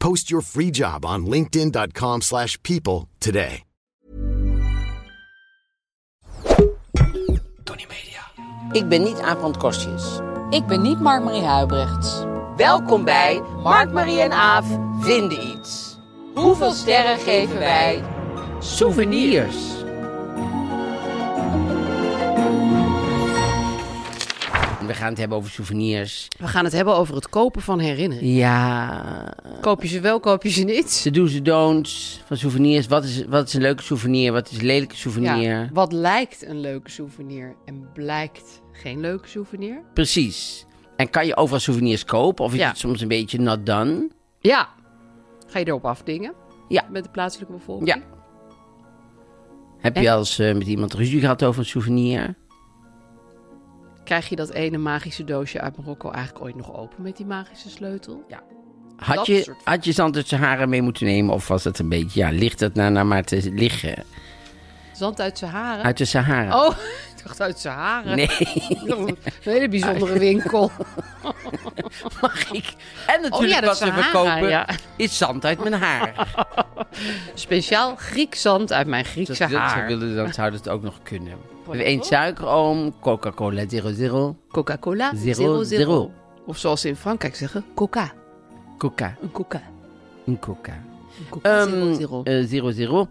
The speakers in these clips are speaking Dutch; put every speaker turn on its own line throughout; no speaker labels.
Post your free job on linkedin.com/people slash people today.
Ik ben niet Aaf van Kostjes.
Ik ben niet Mark-Marie Huibrechts.
Welkom bij Mark, Marie en Aaf vinden iets. Hoeveel sterren geven wij? Souvenirs. We gaan het hebben over souvenirs.
We gaan het hebben over het kopen van herinneringen.
Ja,
Koop je ze wel, koop je ze niet?
de do's en don'ts van souvenirs. Wat is, wat is een leuke souvenir? Wat is een lelijke souvenir?
Ja, wat lijkt een leuke souvenir en blijkt geen leuke souvenir?
Precies. En kan je overal souvenirs kopen? Of is
Ja.
het soms een beetje not done?
Ja. Ga je erop afdingen?
Ja.
Met de plaatselijke bevolking?
Ja. Heb je
En?
al eens eh, met iemand ruzie gehad over een souvenir?
Krijg je dat ene magische doosje uit Marokko eigenlijk ooit nog open met die magische sleutel?
Ja. Had
Dat
je,
soort-
had je zand uit Sahara mee moeten nemen? Of was dat een beetje, ja, ligt dat nou, nou maar te liggen?
Zand uit Sahara?
Uit de Sahara.
Oh, ik dacht uit Sahara.
Nee,
Ik dacht, Een hele bijzondere winkel.
mag ik. En natuurlijk
Oh, ja, dat
wat
is
ze
Sahara,
verkopen
ja.
is zand uit mijn haar.
Speciaal Grieks zand uit mijn
Dat,
Griekse
dat ze
haar.
wilden, dan zou dat ook nog kunnen. We hebben één suikeroom, Coca-Cola 00,
Coca-Cola
Zero,
00.
zero.
Of zoals ze in Frankrijk zeggen, coca.
Coca,
Een coca.
een Coca.
Een coca
Ehm,
zero.
eh, zero, zero.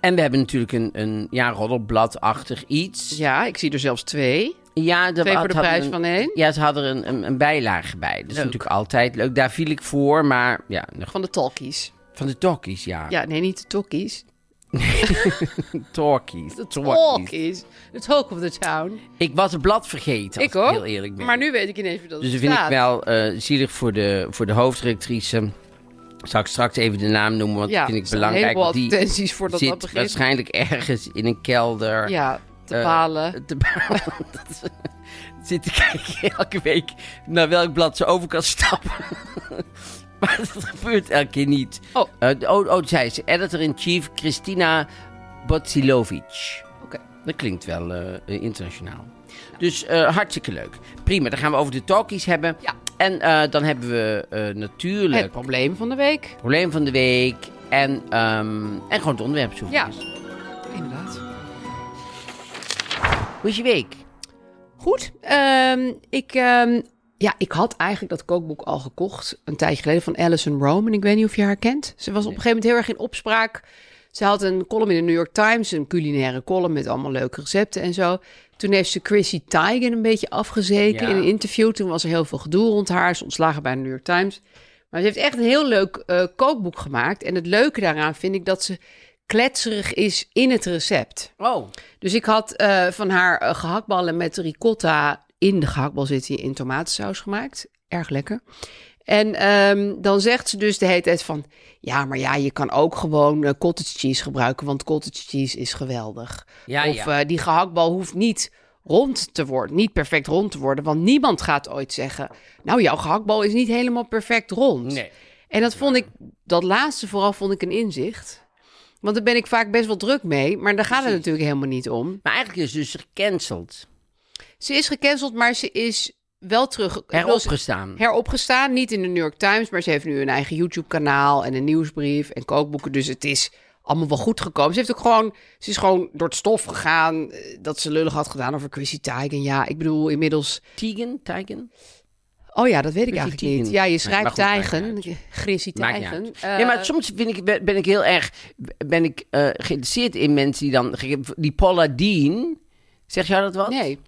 En we hebben natuurlijk een, een ja, roddelbladachtig iets.
Dus Ja, ik zie er zelfs twee.
Ja, de,
Twee voor de
hadden
prijs
een-
van één.
Ja, ze hadden er een, een, een bijlage bij. Dat is
Leuk.
natuurlijk altijd leuk. Daar viel ik voor, maar ja, nog-
Van de talkies.
van de talkies, ja.
Ja, nee, niet de talkies.
Talkies.
De
talkies.
talkies. De talk of the town.
Ik was het blad vergeten,
Ik
als
ook.
heel eerlijk ben.
Maar nu weet ik ineens wie dat
dus dat vind ik
bestaat.
wel eh, zielig voor de, voor de hoofdredactrice. Zal ik straks even de naam noemen, want
Ja,
dat vind
er
ik
staan
belangrijk.
een
want
heleboel
die
advertenties voor dat
zit
dat begint.
waarschijnlijk ergens in een kelder.
Ja, te
eh,
balen.
te balen. Dat is- Zit te kijken elke week naar welk blad ze over kan stappen. maar dat gebeurt elke keer niet.
Oh.
Eh, de- oh, oh, zij is editor-in-chief Christina Botsilovic.
Oké.
Dat klinkt wel eh, eh, internationaal. Dus eh, hartstikke leuk. Prima, dan gaan we over de talkies hebben.
Ja.
En eh, dan hebben we eh, natuurlijk
Het probleem van de week.
probleem van de week. En, ehm, en gewoon het onderwerp zoeken.
Ja, inderdaad.
Hoe is je week?
Goed. ehm, ik, ehm, ja, ik had eigenlijk dat kookboek al gekocht. Een tijdje geleden van Alison Rome. En ik weet niet of je haar kent. Ze was op een gegeven moment heel erg in opspraak. Ze had een column in de New York Times. Een culinaire column met allemaal leuke recepten en zo. Toen heeft ze Chrissy Teigen een beetje afgezeken
Ja.
in een interview. Toen was er heel veel gedoe rond haar. Ze ontslagen bij de New York Times. Maar ze heeft echt een heel leuk eh, kookboek gemaakt. En het leuke daaraan vind ik dat ze kletserig is in het recept.
Oh,
Dus ik had eh, van haar eh, gehaktballen met ricotta in de gehaktbal zit die in tomatensaus gemaakt. Erg lekker. En ehm, dan zegt ze dus de hele tijd van... ja, maar ja, je kan ook gewoon eh, cottage cheese gebruiken... want cottage cheese is geweldig.
Ja,
of
ja.
eh, die gehaktbal hoeft niet rond te worden, niet perfect rond te worden... want niemand gaat ooit zeggen... nou, jouw gehaktbal is niet helemaal perfect rond.
nee.
En dat vond ik, dat laatste vooral vond ik een inzicht... Want daar ben ik vaak best wel druk mee, maar daar gaat het natuurlijk helemaal niet om.
Maar eigenlijk is ze dus gecanceld.
Ze is gecanceld, maar ze is wel terug... ik bedoel, ze-
Heropgestaan.
Heropgestaan, niet in de New York Times, maar ze heeft nu een eigen YouTube-kanaal en een nieuwsbrief en kookboeken. Dus het is allemaal wel goed gekomen. Ze, heeft ook gewoon, ze is gewoon door het stof gegaan eh, dat ze lullig had gedaan over Chrissy Teigen. Ja, ik bedoel inmiddels...
Tegan? Teigen?
Oh ja, dat weet ik
Chrissy
eigenlijk
Teigen.
niet. Ja, je
Nee,
schrijft
maar goed, maakt
Teigen,
niet
Chrissy
Maakt niet
Teigen.
uit. nee, maar
Eh,
soms vind ik, ben ben ik heel erg ben ik, eh, geïnteresseerd in mensen die dan... Die Paula Dean... Zeg jij dat wat?
Eh, Nee.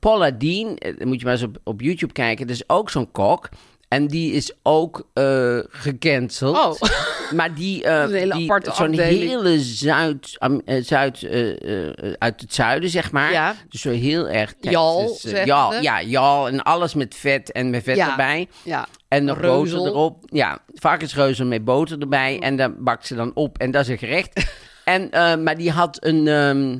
Paula Dean, eh, dan moet je maar eens op, op YouTube kijken. Dat is ook zo'n kok. En die is ook eh gecanceld.
Oh.
Maar die, eh,
Een hele
die-
aparte
zo'n
afdeling.
hele Zuid, Am- eh, Zuid eh, eh, uit het zuiden, zeg maar.
Ja.
Dus zo heel erg. Texas,
Jal,
eh,
zeggen
jal,
ze.
ja, jal en alles met vet en met vet
Ja.
erbij.
Ja.
En nog boter
Reuzel. Mm.
erop. Ja, varkensreuzel met boter erbij. En daar bakt ze dan op. En dat is een gerecht. en, eh, maar die had een ehm,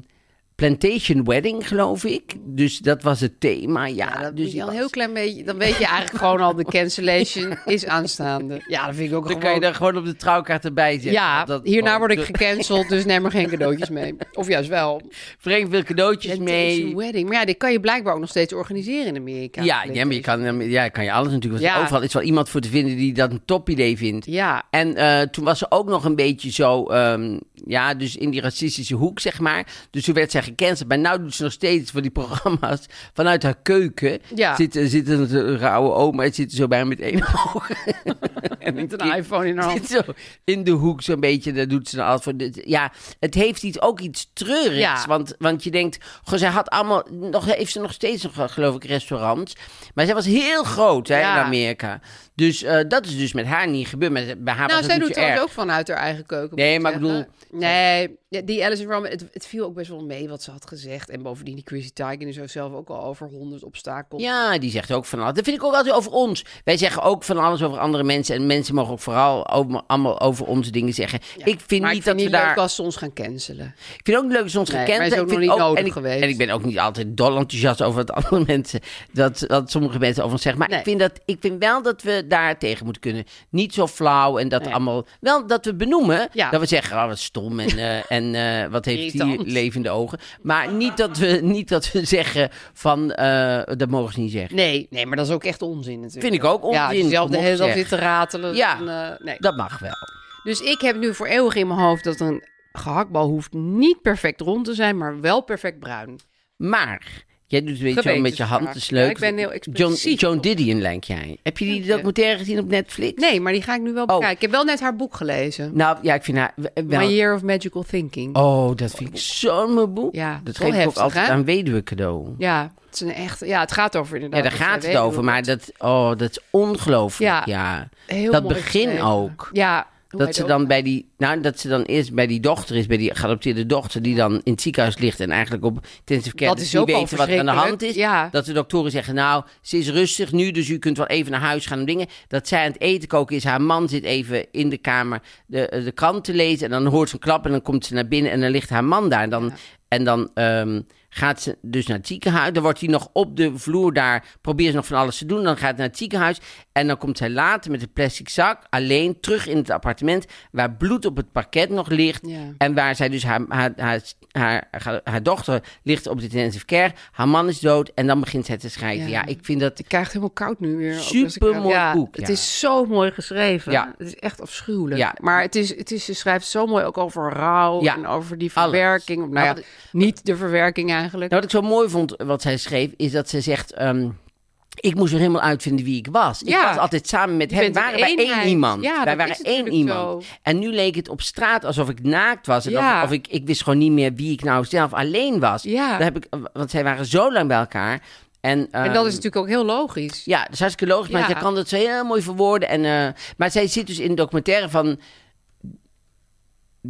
plantation wedding, geloof ik. Dus dat was het thema. Ja,
Ja, dat
dus
moet je
die
al een
was-
heel klein beetje. Dan weet je eigenlijk gewoon al de cancellation is aanstaande. Ja, dat vind ik ook
Dan kan je
gewoon.
daar gewoon op de trouwkaart erbij zetten.
ja,
Dat-
hierna word ik
de-
gecanceld, dus neem er geen cadeautjes mee. Of juist wel.
Breng veel cadeautjes
Plantation
mee.
wedding. Maar ja, dit kan je blijkbaar ook nog steeds organiseren in Amerika.
Ja, ja, maar je kan, eh, ja, kan je alles natuurlijk. want
Ja.
Overal is wel iemand voor te vinden die dat een topidee vindt.
Ja,
En eh, toen was ze ook nog een beetje zo, ehm, ja, dus in die racistische hoek, zeg maar. Dus toen werd zij gecanceld. Maar nu doet ze nog steeds voor die programma's vanuit haar keuken.
Ja.
Zit, eh, zit een eh, rauwe oma en zit zo bij hem met één oog. en
met een
kind
iPhone in haar hand.
zit zo in de hoek zo'n beetje. Dat doet ze dan altijd voor. de- Ja, het heeft iets, ook iets treurigs.
Ja.
Want, want je denkt, goh, zij had allemaal, nog, heeft ze nog steeds, nog, eh, geloof ik, restaurants. Maar zij was heel groot hè,
Ja.
in Amerika. Dus eh, dat is dus met haar niet gebeurd. Maar ze- bij haar
Nou,
was
zij
het
doet
niet zo
trouwens
erg.
ook vanuit haar eigen keuken.
Nee,
moet
maar ik
zeggen. Nee, ja, die Alice in Rome, het, het viel ook best wel mee wat ze had gezegd. En bovendien, die Chrissy Teigen is ook zelf ook al over honderd obstakels.
Ja, die zegt ook van alles. Dat vind ik ook altijd over ons. Wij zeggen ook van alles over andere mensen. En mensen mogen ook vooral over- allemaal over onze dingen zeggen. ik vind
maar
niet dat
ik vind
we
niet
daar...
leuk als ze ons gaan cancelen.
Ik vind het ook leuk dat ze ons
Nee,
gekend
maar is
hebben.
ook
Ik
nog
vind
niet nodig
en ik,
geweest.
En ik ben ook niet altijd dol enthousiast over wat andere mensen, dat, dat sommige mensen over ons zeggen. Maar
Nee.
ik, vind dat, ik vind wel dat we daar tegen moeten kunnen. Niet zo flauw en dat
Nee.
allemaal. Wel dat we benoemen.
Ja.
Dat we zeggen, oh, wat stom en, eh, en eh, wat heeft die
Irritant.
levende ogen. Maar niet dat we, niet dat we zeggen van, eh, dat mogen ze niet zeggen.
Nee, nee, maar dat is ook echt onzin natuurlijk.
Vind ik ook onzin.
Ja, als je zelf de
kom op,
hele dag
zeg.
zit te ratelen.
Ja.
dan, eh, nee.
Dat mag wel.
Dus ik heb nu voor eeuwig in mijn hoofd dat een gehaktbal hoeft niet perfect rond te zijn, maar wel perfect bruin.
Maar jij doet een beetje zo met je
Gewetensvraag.
hand, dat is leuk.
Ja, ik ben heel
John,
expressief.
John Didion lijk jij. Heb je die
je.
documentaire gezien op Netflix?
Nee, maar die ga ik nu wel bekijken. Ik heb wel net haar boek gelezen.
Nou, Oh. ja, ik vind haar w- wel...
My Year of Magical Thinking.
Oh, dat vind ik zo'n mooi boek.
Ja, dat
dat
is wel
geef ik ook
heftig,
altijd
hè?
aan weduwe cadeau. Ja,
Ja, het is een echt. Ja, het gaat over inderdaad.
daar
dat zij
gaat het
weet
over,
hoe-
maar dat, oh, dat is ongelooflijk.
Ja,
Ja,
heel
dat
mooi
begin
geschreven.
ook.
Ja. hoe hij
Dat ze
het
dan
ook-
bij die, nou, dat ze dan eerst bij die dochter is, bij die geadopteerde dochter, die dan in het ziekenhuis ligt en eigenlijk op intensive care
Dat
dus
is
niet
ook al
weten wat er aan de hand is.
verschrikkelijk, ja.
Dat de doktoren zeggen, nou, ze is rustig nu, dus u kunt wel even naar huis gaan om dingen. Dat zij aan het eten koken is, haar man zit even in de kamer de, eh, de krant te lezen en dan hoort ze een klap en dan komt ze naar binnen en dan ligt haar man daar. En dan, en dan ehm, gaat ze dus naar het ziekenhuis. Dan wordt hij nog op de vloer daar, probeert ze nog van alles te doen. Dan gaat ze naar het ziekenhuis en dan komt zij later met een plastic zak alleen terug in het appartement waar bloed op het parket nog ligt.
Ja.
En waar zij dus haar, haar, haar, haar, haar- haar dochter ligt op de intensive care. Haar man is dood en dan begint zij te schrijven. Ja,
Ja.
ik vind dat...
Ik krijg het helemaal koud nu weer. ook als ik-
Supermooi
ja,
boek,
Het
ja.
is zo mooi geschreven.
Ja.
Het is echt afschuwelijk.
Ja.
Maar het is, het is, ze schrijft zo mooi ook over rouw
Ja.
en over die
Alles.
verwerking. Nou ja,
Nou,
niet de verwerking eigenlijk.
Nou, wat ik zo mooi vond wat zij schreef, is dat ze zegt... ehm, ik moest er helemaal uitvinden wie ik was. Ik
Ja.
was altijd samen met
Je
hem.
bent een
waren wij één
eenheid.
iemand.
Ja,
wij
dat
waren
is
één
natuurlijk
iemand.
zo.
En nu leek het op straat alsof ik naakt was. En
Ja.
of, of ik, ik wist gewoon niet meer wie ik nou zelf alleen was.
Ja.
Daar heb ik, want zij waren zo lang bij elkaar. En,
en
ehm,
dat is natuurlijk ook heel logisch.
Ja, dat is hartstikke logisch, maar
Ja.
zij kan dat zo heel mooi verwoorden. En, eh, maar zij zit dus in een documentaire van...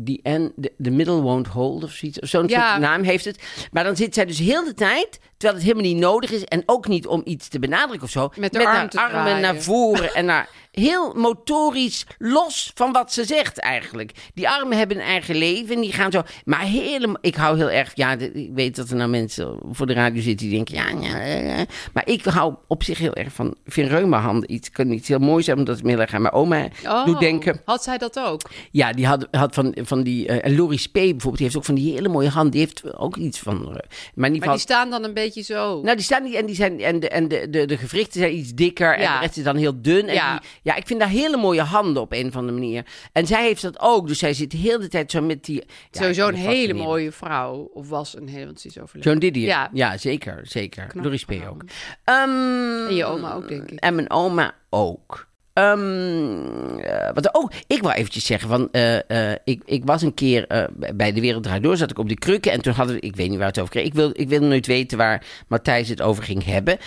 The, end, the, the Middle Won't Hold of zoiets. Of Zo'n
Ja.
soort naam heeft het. Maar dan zit zij dus heel de tijd, terwijl het helemaal niet nodig is... en ook niet om iets te benadrukken of zo...
Met haar arm te
armen
draaien.
naar voren en naar... Heel motorisch, los van wat ze zegt eigenlijk. Die armen hebben een eigen leven en die gaan zo... Maar helemaal... Ik hou heel erg... Ja, de- ik weet dat er nou mensen voor de radio zitten die denken... Ja, ja, ja, ja. Maar ik hou op zich heel erg van... Ik vind reumahanden iets, kan iets heel moois zijn... omdat het me heel erg aan mijn oma
Oh,
doet denken.
Had zij dat ook?
Ja, die had, had van, van die... eh, en Loris P. bijvoorbeeld, die heeft ook van die hele mooie hand. Die heeft ook iets van... eh, Maar in ieder
Maar
geval...
die staan dan een beetje beetje zo.
Nou, die staan niet en, die zijn, en, de, en de, de, de gewrichten zijn iets dikker en
Ja.
de rest is dan heel dun. En
Ja.
Die, ja, ik vind daar hele mooie handen op een of andere manier. En zij heeft dat ook, dus zij zit heel de hele tijd zo met die... Ja,
Sowieso
ik
een
vind het
hele
fascinerend.
mooie vrouw. Of was een hele, want ze is overleden.
Joan Didier. Ja.
Ja.
zeker, zeker.
Knap.
Doris P. ook. Ehm,
En je oma ook, denk ik.
En mijn oma ook. Ehm, eh, wat, oh, ik wil eventjes zeggen, van, eh, eh, ik, ik was een keer eh, bij De Wereld Draait Door, zat ik op die krukken en toen hadden we, ik weet niet waar het over kreeg, ik wil, ik wil nooit weten waar Matthijs het over ging hebben.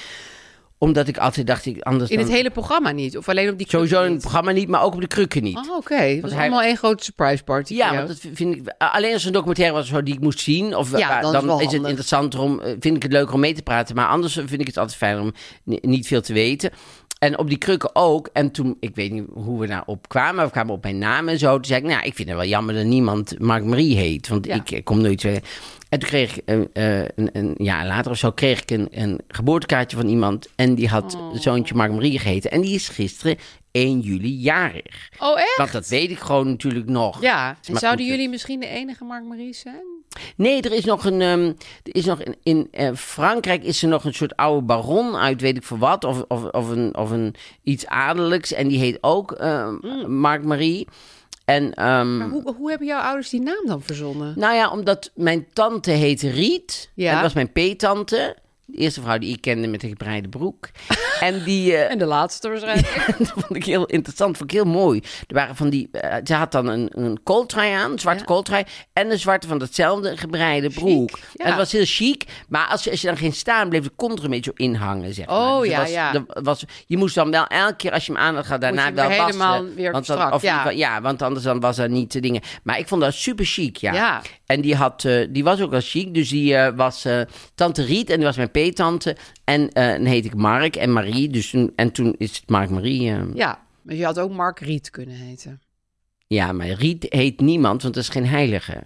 Omdat ik altijd dacht, ik, anders
In
dan-
het hele programma niet? Of alleen op die
Sowieso in
krukken
het programma niet, maar ook op de krukken niet.
niet? Oh, oké. Het was
hij-
allemaal één grote surprise party
Ja,
voor
want
jou.
dat vind ik. Alleen als er een documentaire was of zo die ik moest zien, of
Ja,
wa-
dan is
dan,
wel
is, het
handig.
interessant om. eh, Vind ik het leuker om mee te praten. Maar anders vind ik het altijd fijn om ni- niet veel te weten. En op die krukken ook. En toen, ik weet niet hoe we daarop kwamen. We kwamen op mijn naam en zo. Toen zei ik, nou, ik vind het wel jammer dat niemand Mark Marie heet. Want
Ja.
ik eh, kom nooit weer. En toen kreeg ik, eh, eh, een, een jaar later of zo, kreeg ik een, een geboortekaartje van iemand. En die had
Oh.
zoontje Mark Marie geheten. En die is gisteren 1 juli jarig.
Oh, echt?
Want dat weet ik gewoon natuurlijk nog.
Ja. En
Maar
zouden
goed, eh,
jullie misschien de enige Mark Marie zijn?
Hmm. Nee, er is nog een. ehm, er is nog in in eh, Frankrijk is er nog een soort oude baron uit, weet ik voor wat. Of, of, of, een, of een iets adellijks. En die heet ook ehm,
Hmm.
Marc Marie. En. ehm,
Maar hoe, hoe hebben jouw ouders die naam dan verzonnen?
nou ja, omdat mijn tante heette Riet.
Ja.
En dat was mijn peetante. De eerste vrouw die ik kende met een gebreide broek. en die. eh,
En de laatste waarschijnlijk.
dat vond ik heel interessant, vond ik heel mooi. Er waren van die, eh, ze had dan een, een kooltrui aan, een zwarte kooltrui... en een zwarte van datzelfde gebreide broek.
ja.
En dat was heel chic, maar als, je- als je dan ging staan... bleef de kont er een beetje in hangen, zeg maar. Dus
Oh,
er
ja,
was,
ja.
er was, je moest dan wel elke keer als je hem aan had... gaan daarna
je hem
wel
weer helemaal
wassen,
weer
want dan,
strak,
of in
ja.
ieder geval- ja, want anders dan was dat niet de dingen. Maar ik vond dat super chic, ja.
Ja.
En die, had, eh, die was ook wel chic. Dus die eh, was eh, tante Riet en die was mijn peetante. En eh dan heet ik Mark en Marie. Dus, toen- en toen is het Mark-Marie. eh,
Ja. Maar je had ook Mark Riet kunnen heten.
ja, maar Riet heet niemand, want dat is geen heilige.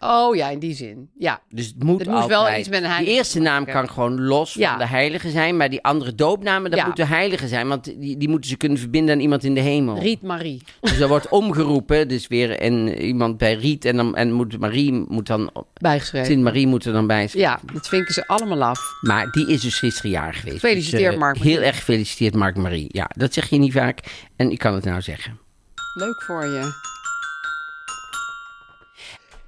Oh ja, in die zin. Ja.
Dus het moet
Het moest wel
altijd-
iets met een heilige
Die eerste naam
maken.
kan gewoon los
Ja.
van de heilige zijn. Maar die andere doopnamen, dat
Ja.
moeten heiligen zijn. Want die, die moeten ze kunnen verbinden aan iemand in de hemel.
Riet Marie.
Dus er wordt omgeroepen. Dus weer en iemand bij Riet. En, dan, en moet Marie moet dan...
Bijgeschreven.
Sint-Marie moet er dan bij zijn.
Ja, dat vinken ze allemaal af.
Maar die is dus gisteren jaar geweest.
Gefeliciteerd,
Dus, eh,
Mark Marie.
Heel erg gefeliciteerd, Mark Marie. Ja, dat zeg je niet vaak. En ik kan het nou zeggen.
Leuk voor je.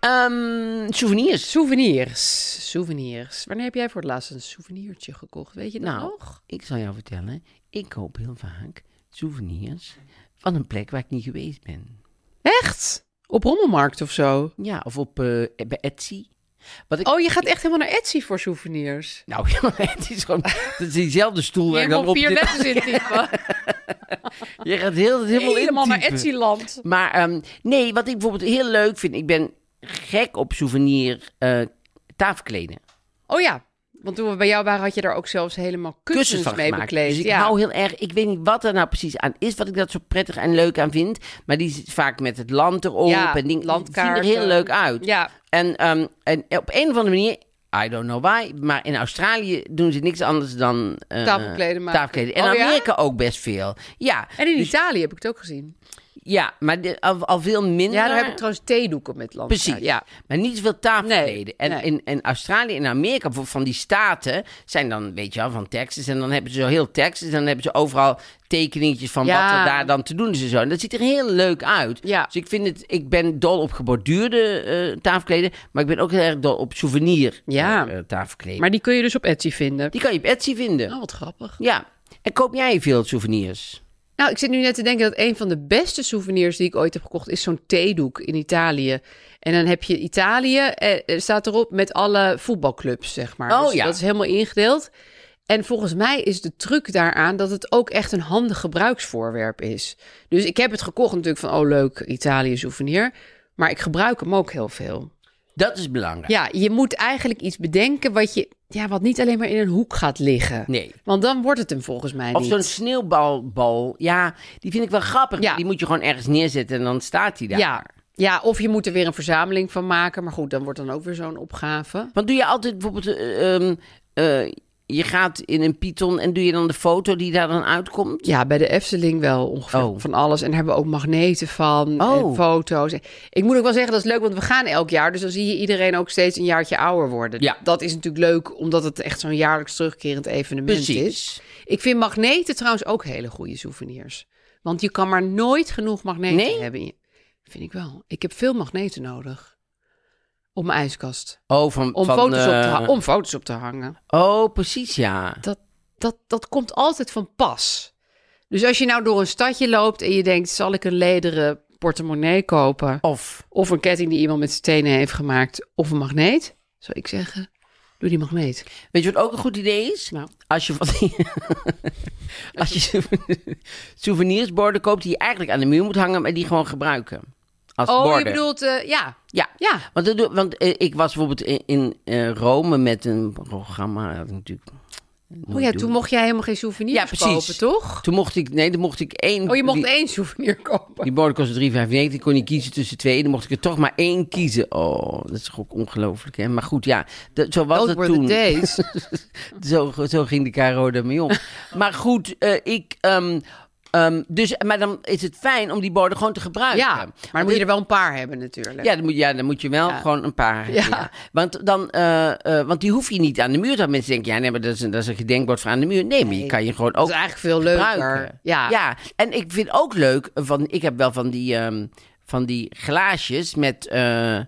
Ehm, souvenirs.
Souvenirs. Souvenirs. Wanneer heb jij voor het laatst een souvenirtje gekocht? Weet je dat
Nou,
nog?
ik zal jou vertellen. Ik koop heel vaak souvenirs van een plek waar ik niet geweest ben.
Echt? Op rommelmarkt of zo?
Ja, of op, eh, bij Etsy. Wat ik,
Oh, je gaat echt helemaal naar Etsy voor souvenirs.
Nou, ja, het is gewoon... Het is diezelfde stoel waar ik dan
Helemaal
op
vier
zit.
letters in typen.
Je gaat heel, helemaal,
Helemaal naar
intypen.
Etsy-land.
Maar ehm, nee, wat ik bijvoorbeeld heel leuk vind... Ik ben gek op souvenir eh, tafelkleden.
Oh ja, want toen we bij jou waren had je daar ook zelfs helemaal kussens,
kussens van
mee
gemaakt.
bekleed.
Dus ik
ja.
hou heel erg... Ik weet niet wat er nou precies aan is... wat ik dat zo prettig en leuk aan vind. Maar die zit vaak met het land erop.
Ja,
en dingen
landkaarten.
zien er heel leuk uit.
Ja.
En, ehm, en op een of andere manier... I don't know why, maar in Australië doen ze niks anders dan... eh,
Tafelkleden maken.
tafelkleden. En
Oh ja?
Amerika ook best veel. Ja, Dus
En in Italië heb ik het ook gezien.
ja maar de- al, al veel minder.
Ja, daar heb ik trouwens theedoeken met landkaart.
Precies.
Ja.
Maar niet zoveel tafelkleden.
Nee,
en
nee.
In, in Australië en Amerika, bijvoorbeeld van die staten, zijn dan, weet je wel, van Texas. En dan hebben ze zo heel Texas. En dan hebben ze overal tekeningetjes van
Ja.
wat er daar dan te doen is en zo. En dat ziet er heel leuk uit.
Ja.
Dus ik vind het, ik ben dol op geborduurde eh, tafelkleden. Maar ik ben ook heel erg dol op souvenir
Ja.
eh, eh, tafelkleden.
Maar die kun je dus op Etsy vinden.
Die kan je op Etsy vinden.
Oh, wat grappig.
Ja. En koop jij veel souvenirs?
Nou, ik zit nu net te denken dat een van de beste souvenirs die ik ooit heb gekocht is zo'n theedoek in Italië. En dan heb je Italië, eh, eh, staat erop met alle voetbalclubs, zeg maar.
Oh,
Dus
ja.
Dat is helemaal ingedeeld. En volgens mij is de truc daaraan dat het ook echt een handig gebruiksvoorwerp is. Dus ik heb het gekocht natuurlijk van, oh leuk, Italië souvenir. Maar ik gebruik hem ook heel veel.
Dat is belangrijk.
Ja, je moet eigenlijk iets bedenken wat, je, ja, wat niet alleen maar in een hoek gaat liggen.
Nee.
Want dan wordt het hem volgens mij
Of
niet.
zo'n sneeuwbalbal. Ja, die vind ik wel grappig.
Ja.
maar Die moet je gewoon ergens neerzetten en dan staat die daar.
Ja. ja, of je moet er weer een verzameling van maken. Maar goed, dan wordt dan ook weer zo'n opgave.
Want doe je altijd bijvoorbeeld eh, ehm, eh, je gaat in een Python en doe je dan de foto die daar dan uitkomt?
Ja, bij de Efteling wel ongeveer
Oh.
van alles. En daar hebben we ook magneten van en
Oh.
foto's. Ik moet ook wel zeggen, dat is leuk, want we gaan elk jaar. Dus dan zie je iedereen ook steeds een jaartje ouder worden.
Ja.
Dat is natuurlijk leuk, omdat het echt zo'n jaarlijks terugkerend evenement is.
Precies.
Ik vind magneten trouwens ook hele goede souvenirs. Want je kan maar nooit genoeg magneten
Nee?
hebben. Vind ik wel. Ik heb veel magneten nodig. Op mijn ijskast.
Oh, van,
Om,
van,
foto's, op te
eh,
ha- om foto's op te hangen
Oh, precies, ja.
dat, dat, dat komt altijd van pas. Dus als je nou door een stadje loopt en je denkt: zal ik een lederen portemonnee kopen?
Of,
Of een ketting die iemand met zijn tenen heeft gemaakt, of een magneet? Zou ik zeggen: doe die magneet.
weet je wat ook een goed idee is?
Nou.
Als je van die... Als je souve- souvenirsborden koopt die je eigenlijk aan de muur moet hangen, maar die gewoon gebruiken. Als
Oh,
borden.
je bedoelt, eh, ja.
Ja.
Ja.
Want, dat doe- want eh, ik was bijvoorbeeld in, in, eh, Rome met een programma. dat ik natuurlijk
Oh ja, toen mocht jij helemaal geen souvenirs
Ja, precies.
kopen, toch?
Toen mocht ik, nee, toen mocht ik één.
Oh, je mocht
die,
één souvenir kopen.
Die borden kostte 3,95. Ik kon niet kiezen tussen twee. Dan mocht ik er toch maar één kiezen. Oh, dat is toch ook ongelooflijk, hè? Maar goed, ja. Dat, zo was
Those
het
were the
toen.
days.
zo, zo ging de KRO daarmee om. maar goed, eh, ik. ehm, ehm, dus, maar dan is het fijn om die borden gewoon te gebruiken.
ja, maar dan moet je er wel een paar hebben natuurlijk.
Ja, dan moet, ja, dan moet je wel gewoon een paar hebben.
Ja.
Ja. Want, dan, eh, eh, want die hoef je niet aan de muur. Dat mensen denken, ja, nee, maar dat is een, dat is een gedenkbord voor aan de muur. Nee, maar je kan je gewoon ook
dat is eigenlijk veel leuker.
gebruiken.
Ja.
ja, en ik vind ook leuk, eh, van, ik heb wel van die, ehm, van die glaasjes met eh,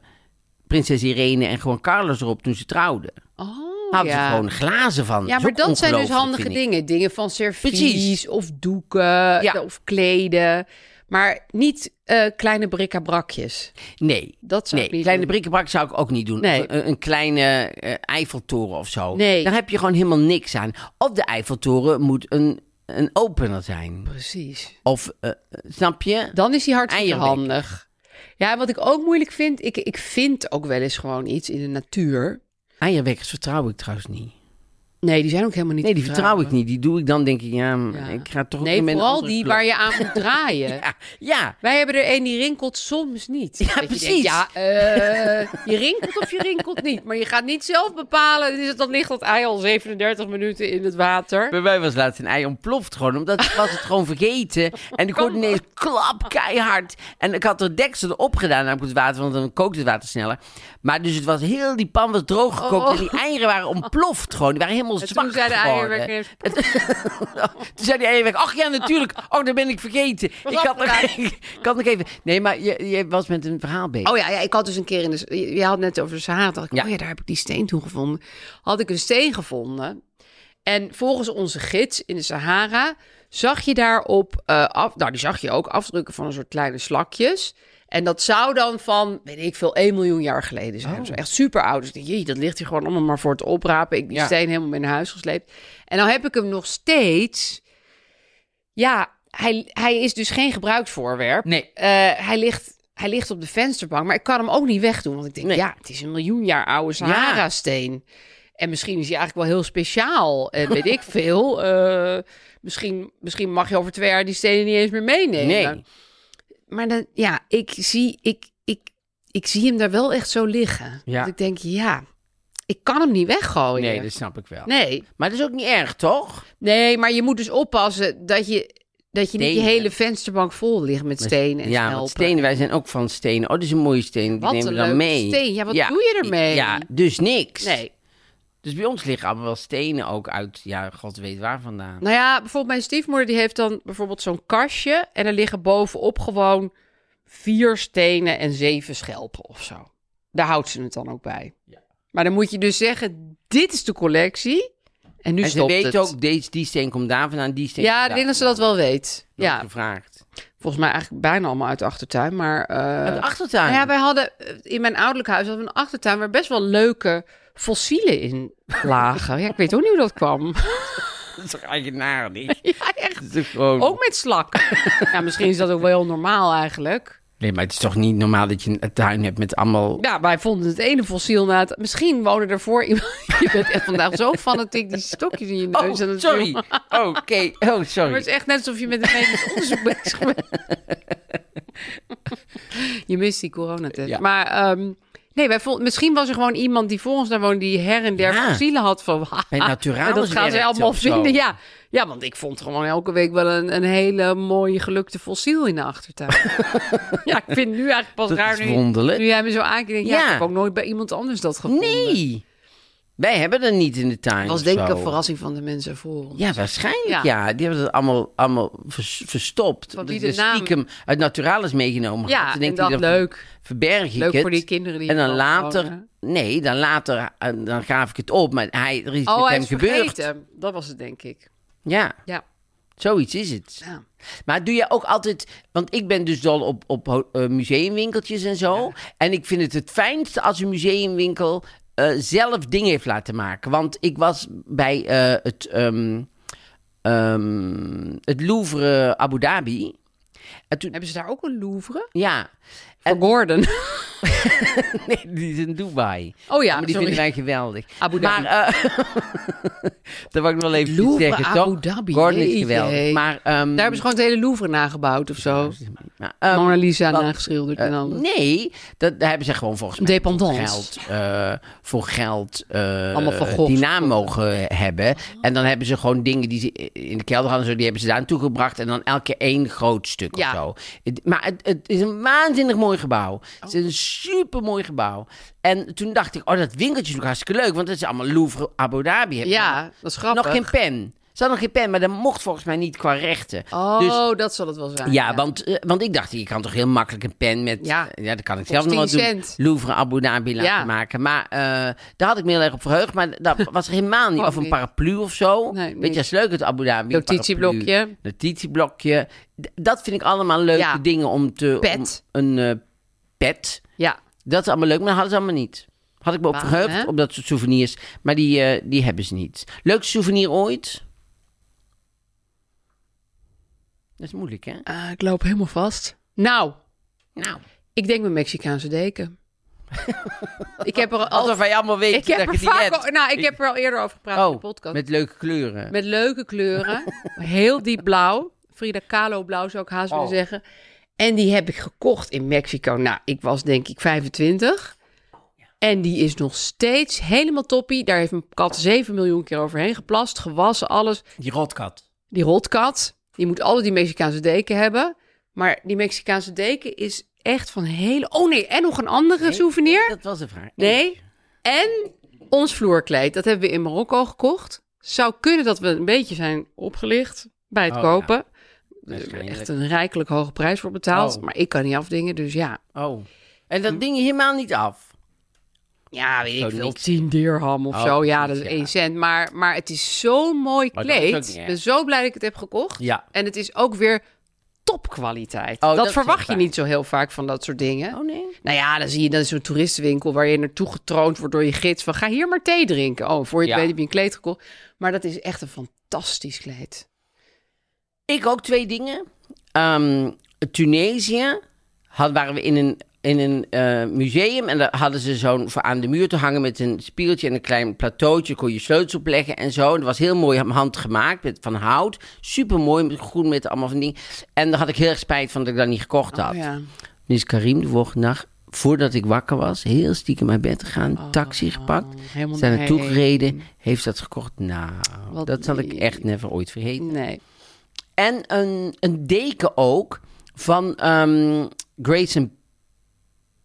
prinses Irene en gewoon Carlos erop toen ze trouwden.
Oh,
Hadden
ja.
ze gewoon glazen van.
Ja,
is
maar
ook
dat zijn dus
ongelooflijk,
handige
vind ik.
dingen. Dingen van servies
Precies.
of doeken eh,
Ja.
of kleden. Maar niet eh, kleine brikkenbrakjes.
Nee.
Dat zou
Nee,
ik niet
kleine
doen.
brikkenbak zou ik ook niet doen.
Nee.
Of Een, een kleine eh, Eiffeltoren of zo.
Nee.
Daar heb je gewoon helemaal niks aan. Of de Eiffeltoren moet een, een opener zijn.
Precies.
Of, eh, snap je?
Dan is die hartstikke
Eierweek.
handig. Ja, en wat ik ook moeilijk vind, ik, ik vind ook wel eens gewoon iets in de natuur.
Eierwekkers vertrouw ik trouwens niet.
Nee, die zijn ook helemaal niet
Nee, die
te
vertrouw ik
vertrouwen.
niet. Die doe ik dan, denk ik, ja,
Ja.
ik ga toch
Nee,
in mijn
vooral
andere
die
kleur.
waar je aan moet draaien.
Ja, ja.
Wij hebben er één die rinkelt soms niet. Dat je denkt,
precies.
ja, eh, je rinkelt of je rinkelt niet. Maar je gaat niet zelf bepalen. Is het, dan ligt dat ei al 37 minuten in het water.
Bij mij was laatst een ei ontploft gewoon, omdat ik was het gewoon vergeten. En ik hoorde ineens klap, keihard. En ik had er deksel erop gedaan, namelijk het water, want dan kookt het water sneller. Maar dus het was heel, die pan was droog gekookt en die eieren waren ontploft gewoon. Die waren helemaal
Oh. En
zwak
toen zei de
geworden.
eierwekker,
Toen zei die eierwekker, ach ja, natuurlijk. Oh, dat ben ik vergeten. Ik had, nog, ik had nog even... Nee, maar je, je was met een verhaal bezig.
Oh ja, ja, ik had dus een keer in de. Je je had net over de Sahara. Dacht ik,
Ja.
Oh ja, daar heb ik die steen toen gevonden. Had ik een steen gevonden. En volgens onze gids in de Sahara zag je daarop. eh, af, nou, die zag je ook afdrukken van een soort kleine slakjes. En dat zou dan van, weet ik veel, 1 miljoen jaar geleden zijn.
Oh.
of zo. Echt super oud. Dus ik dacht, jee, dat ligt hier gewoon allemaal maar voor het oprapen. Ik heb die
Ja.
steen helemaal mee naar huis gesleept. En dan heb ik hem nog steeds. Ja, hij, hij is dus geen gebruiksvoorwerp.
Nee.
Eh, hij, ligt, hij ligt op de vensterbank, maar ik kan hem ook niet wegdoen. Want ik denk,
Nee.
ja, het is een miljoen jaar oude Sahara-steen. En misschien is hij eigenlijk wel heel speciaal. En weet ik veel. eh, misschien, misschien mag je over twee jaar die stenen niet eens meer meenemen.
Nee.
Maar dan, ja, ik zie, ik, ik, ik zie hem daar wel echt zo liggen.
Ja.
Dat ik denk, ja, ik kan hem niet weggooien.
Nee, dat snap ik wel.
nee.
Maar dat is ook niet erg, toch?
Nee, maar je moet dus oppassen dat je, dat je niet je
Stenen.
hele vensterbank vol ligt met stenen en
ja,
schelpen.
want stenen, wij zijn ook van stenen. Oh, dit is een mooie steen. Die
Wat
nemen we
een
dan
leuke
mee.
steen. Ja, wat doe je ermee?
Ja, dus niks.
Nee.
Dus bij ons liggen allemaal wel stenen ook uit, ja, god weet waar vandaan.
Nou ja, bijvoorbeeld mijn stiefmoeder die heeft dan bijvoorbeeld zo'n kastje en er liggen bovenop gewoon vier stenen en zeven schelpen of zo. Daar houdt ze het dan ook bij. Maar dan moet je dus zeggen, dit is de collectie en nu
en ze
stopt
weet
het.
ook, deze, die steen komt daar vandaan, die steen
ja,
komt
ik
daar
denk dat ze dat wel weet.
vandaan. Nooit
Ja,
gevraagd.
volgens mij eigenlijk bijna allemaal uit de achtertuin, maar... eh,
Uit de achtertuin.
Nou ja, wij hadden eh, in mijn ouderlijk huis hadden we een achtertuin waar best wel leuke fossielen in lagen. ja, ik weet ook niet hoe dat kwam.
Dat is toch eigenaardig?
ja, echt.
Dat is toch gewoon...
Ook met slak. ja, misschien is dat ook wel heel normaal eigenlijk.
Nee, maar het is toch niet normaal dat je een tuin hebt met allemaal...
Ja, wij vonden het ene fossiel na het... Misschien woonde ervoor iemand... Je bent echt vandaag zo fanatiek die stokjes in je neus. aan
Oh,
het
sorry.
doen.
Oh, Oké, oh,
Maar het
sorry.
is echt net alsof je met een medisch onderzoek bezig bent. je mist die coronatest.
Ja.
Maar ehm, Nee, wij vonden, misschien was er gewoon iemand die voor ons daar woonde... die her en der
Ja.
fossielen had van...
Bij Naturalis
dat gaan ze
werkt
allemaal
of zo.
vinden, ja. Ja, want ik vond gewoon elke week wel een, een hele mooie gelukte fossiel in de achtertuin. ja, ik vind het nu eigenlijk pas
Dat
raar...
is
nu-
wonderlijk.
Nu jij me zo aankijkt, ja,
Ja.
ik heb ook nooit bij iemand anders dat gevonden.
Nee. Wij hebben dat niet in de tuin.
Het was
of
denk ik
zo.
een verrassing van de mensen voor ons.
Ja, waarschijnlijk ja.
Ja.
Die hebben het allemaal, allemaal vers- verstopt.
Van
Dat
wie
is
de naam-
stiekem uit Naturalis meegenomen.
Ja,
had. Ze
en
denkt,
dat
die,
leuk.
Verberg ik
Leuk
het.
voor die kinderen die
En dan
hier
later...
wonen.
Nee, dan later eh, dan gaaf ik het op. Maar hij, er is iets
Oh,
met
hij
hem
is
gebeurd.
vergeten. Dat was het, denk ik.
Ja,
Ja.
zoiets is het.
ja.
Maar doe je ook altijd... Want ik ben dus dol op, op ho- eh, museumwinkeltjes en zo. En ik vind het het fijnste als een museumwinkel... eh, zelf dingen heeft laten maken. Want ik was bij eh, het, ehm, ehm, het Louvre Abu Dhabi. En toen,
Hebben ze daar ook een Louvre?
ja,
Van Gordon.
nee, die is in Dubai.
Oh ja,
maar die
sorry.
vinden wij geweldig.
Abu Dhabi.
maar eh dat wou ik nog wel even
Louvre,
zeggen,
Abu
toch?
Dhabi,
Gordon is
jeetje.
geweldig. Maar, ehm,
Daar hebben ze gewoon het hele Louvre nagebouwd of zo. Eh,
maar, ehm,
Mona Lisa
wat-
nageschilderd en alles.
Eh, Nee, dat, daar hebben ze gewoon volgens mij
Dependance.
geld, eh, voor geld eh,
Allemaal van Goghs.
die naam mogen hebben. En dan hebben ze gewoon dingen die ze in de kelder hadden, en zo, die hebben ze daar naartoe gebracht. En dan elke één groot stuk
Ja.
of zo. Het- Maar het, het is een waanzinnig mooi gebouw. Het is een
Oh.
super mooi gebouw. En toen dacht ik, oh, dat winkeltje is ook hartstikke leuk, want dat is allemaal Louvre Abu Dhabi. Heb-
Ja, dat is grappig.
Nog geen pen. Ze hadden nog geen pen, maar dat mocht volgens mij niet qua rechten.
Oh,
Dus
dat zal het wel zijn.
ja, Want, eh, want ik dacht, je kan toch heel makkelijk een pen met... Ja,
Ja.
ja dat kan ik
Of
zelf nog wel
10
doen.
cent.
Louvre Abu Dhabi laten
Ja.
maken. Maar eh, daar had ik me heel erg op verheugd. Maar dat was er helemaal niet.
Ook
Of een
niet.
paraplu of zo.
Nee,
Weet
niks.
je, dat is leuk, het Abu Dhabi
Notitieblokje.
paraplu. Notitieblokje. D- Dat vind ik allemaal leuke
Ja.
dingen om te...
Pet.
om een eh, pet.
Ja.
Dat is allemaal leuk, maar dat hadden ze allemaal niet. Had ik me op
Waar,
verheugd,
hè?
op dat soort souvenirs. Maar die, eh, die hebben ze niet. Leukste souvenir ooit? Dat is moeilijk, hè?
Ah, ik loop helemaal vast. Nou,
Nou...
ik denk mijn Mexicaanse deken. ik heb er al...
Alsof wij allemaal weten
Ik heb
dat
er
je die
vaak
hebt.
al- nou, ik heb er al eerder over gepraat in de
Oh,
podcast.
met leuke kleuren.
Met leuke kleuren. heel diep blauw. Frida Kahlo blauw zou ik haast willen
Oh.
zeggen. En die heb ik gekocht in Mexico. Nou, ik was denk ik 25. En die is nog steeds helemaal toppie. Daar heeft mijn kat 7 miljoen keer overheen geplast. Gewassen, alles.
Die rotkat.
Die rotkat. Die moet altijd die Mexicaanse deken hebben. Maar die Mexicaanse deken is echt van hele... Oh nee, en nog een andere souvenir.
Dat was een vraag.
Nee. En ons vloerkleed, dat hebben we in Marokko gekocht. Zou kunnen dat we een beetje zijn opgelicht bij het
Oh,
kopen.
Nee,
Er is
waarschijnlijk.
echt een rijkelijk hoge prijs voor betaald.
Oh.
Maar ik kan niet afdingen, dus ja.
Oh. En dat ding je helemaal niet af.
Ja, weet
Zo
ik veel.
niks.
10 dirham of
Oh,
zo. Ja, dat
precies,
is
ja.
1 cent. Maar, maar het is zo'n mooi
Maar dat is
kleed.
ook niet
Ik
erg.
ben zo blij dat ik het heb gekocht.
Ja.
En het is ook weer topkwaliteit.
Oh, dat
dat
is heel
verwacht je
fijn.
niet zo heel vaak van dat soort dingen.
Oh nee.
Nou ja, dan zie je dan zo'n toeristenwinkel waar je naartoe getroond wordt door je gids. Van ga hier maar thee drinken. Oh, voor je het
Ja.
weet heb je een kleed gekocht. Maar dat is echt een fantastisch kleed.
Ik ook twee dingen. Ehm, Tunesië had, waren we in een, in een eh, museum en daar hadden ze zo'n voor aan de muur te hangen met een spiegeltje en een klein plateautje. Kon je sleutels opleggen en zo. En dat was heel mooi handgemaakt met, van hout. Super mooi, groen met allemaal van dingen. En daar had ik heel erg spijt van dat ik dat niet gekocht had.
Oh, ja.
Toen is Dus Karim de volgende dag, voordat ik wakker was, heel stiekem naar bed gegaan, taxi gepakt.
Oh, helemaal
zijn naartoe
nee.
gereden, heeft dat gekocht. Nou,
Wat Mm.
dat zal ik
lief.
echt never ooit vergeten.
Nee.
En een, een deken ook van ehm Grayson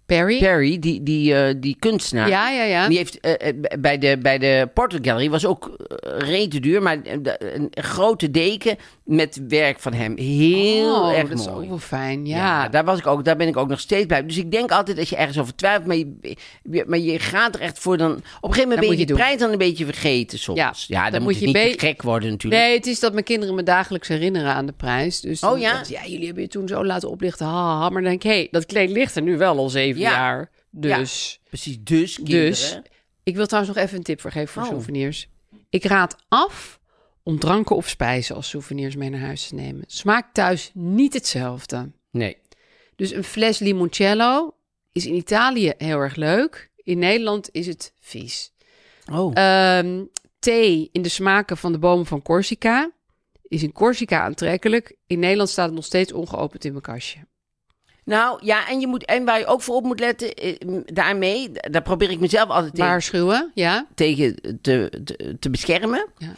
Perry?
Perry, die, die, eh, die kunstenaar.
Ja, ja, ja.
Die heeft eh, eh, b- bij de, bij de Portrait Gallery was ook eh, rete duur, maar eh, de- een grote deken met werk van hem. Heel
oh,
erg
dat is
mooi.
ook wel fijn. Ja.
Ja, daar, was ik ook, daar ben ik ook nog steeds bij. Dus ik denk altijd dat je ergens over twijfelt, maar je, je- maar je gaat er echt voor. Dan, op een gegeven moment ben
moet
je die
je doen.
prijs dan een beetje vergeten soms. Ja,
Ja,
dan, moet,
dan moet
het
je
niet te
be-
gek worden natuurlijk.
Nee, het is dat mijn kinderen me dagelijks herinneren aan de prijs. Dus dan
Oh, ja?
zeggen ze, jullie hebben je toen zo laten oplichten. Ha, ha, ha. Maar dan denk ik, hé, dat kleed ligt er nu wel al zeven
Ja.
jaar. Dus...
Precies, dus kinderen.
Dus ik wil trouwens nog even een tip voor geven voor
Oh.
souvenirs. Ik raad af om dranken of spijzen als souvenirs mee naar huis te nemen. Smaakt thuis niet hetzelfde.
Nee.
Dus een fles limoncello is in Italië heel erg leuk. In Nederland is het vies.
Oh,
Ehm, thee in de smaken van de bomen van Corsica is in Corsica aantrekkelijk. In Nederland staat het nog steeds ongeopend in mijn kastje.
Nou ja, en, je moet, en waar je ook voor op moet letten, eh, m, daarmee, d- daar probeer ik mezelf altijd tegen-
Waarschuwen, ja.
tegen te, te, te beschermen,
Ja.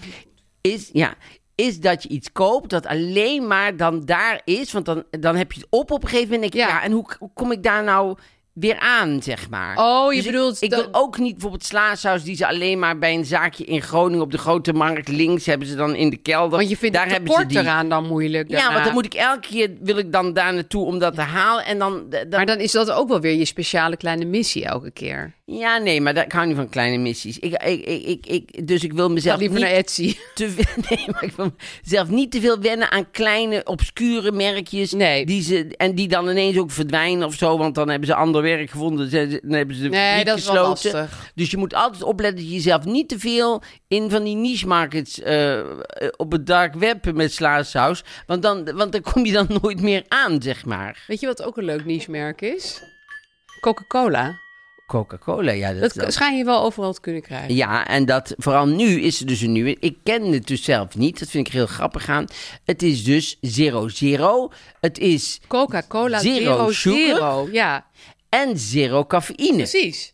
is, ja, is dat je iets koopt dat alleen maar dan daar is. Want dan, dan heb je het op op een gegeven moment. En denk je,
Ja.
ja, en hoe, hoe kom ik daar nou weer aan, zeg maar. Dus
Oh, je
ik-
bedoelt
Ik,
dat-
wil ook niet bijvoorbeeld slaasaus die ze alleen maar bij een zaakje in Groningen op de Grote Markt links hebben ze dan in de kelder.
Want je vindt
daar
het
hebben ze
tekort
die.
eraan dan moeilijk.
Ja,
daarna.
want dan moet ik elke keer, wil ik dan daar naartoe om dat te halen. En dan, d- dan
Maar dan is dat ook wel weer je speciale kleine missie elke keer.
ja, nee, maar dat, ik hou niet van kleine missies. Ik, ik, ik, ik, ik- dus ik wil
Ik ga
mezelf
liever
niet
naar Etsy.
te veel, nee, maar ik wil zelf niet te veel wennen aan kleine, obscure merkjes.
Nee.
Die ze, en die dan ineens ook verdwijnen of zo, want dan hebben ze ander werk gevonden. Ze, ze- dan hebben ze de
Nee,
fabriek
dat is wel
gesloten.
lastig.
Dus je moet altijd opletten dat je jezelf niet te veel in van die niche markets eh, eh, op het dark web met slaasaus. Want dan, want dan kom je dan nooit meer aan, zeg maar.
Weet je wat ook een leuk niche merk is? Coca-Cola.
Coca-Cola, ja. Dat,
Dat
dat-
schijn je wel overal te kunnen krijgen.
Ja, en dat vooral nu is er dus een nieuwe. Ik ken het dus zelf niet. Dat vind ik er heel grappig aan. Het is dus zero zero. Het is
Coca-Cola
Zero
Zero
sugar.
Zero. Ja,
en zero cafeïne.
precies.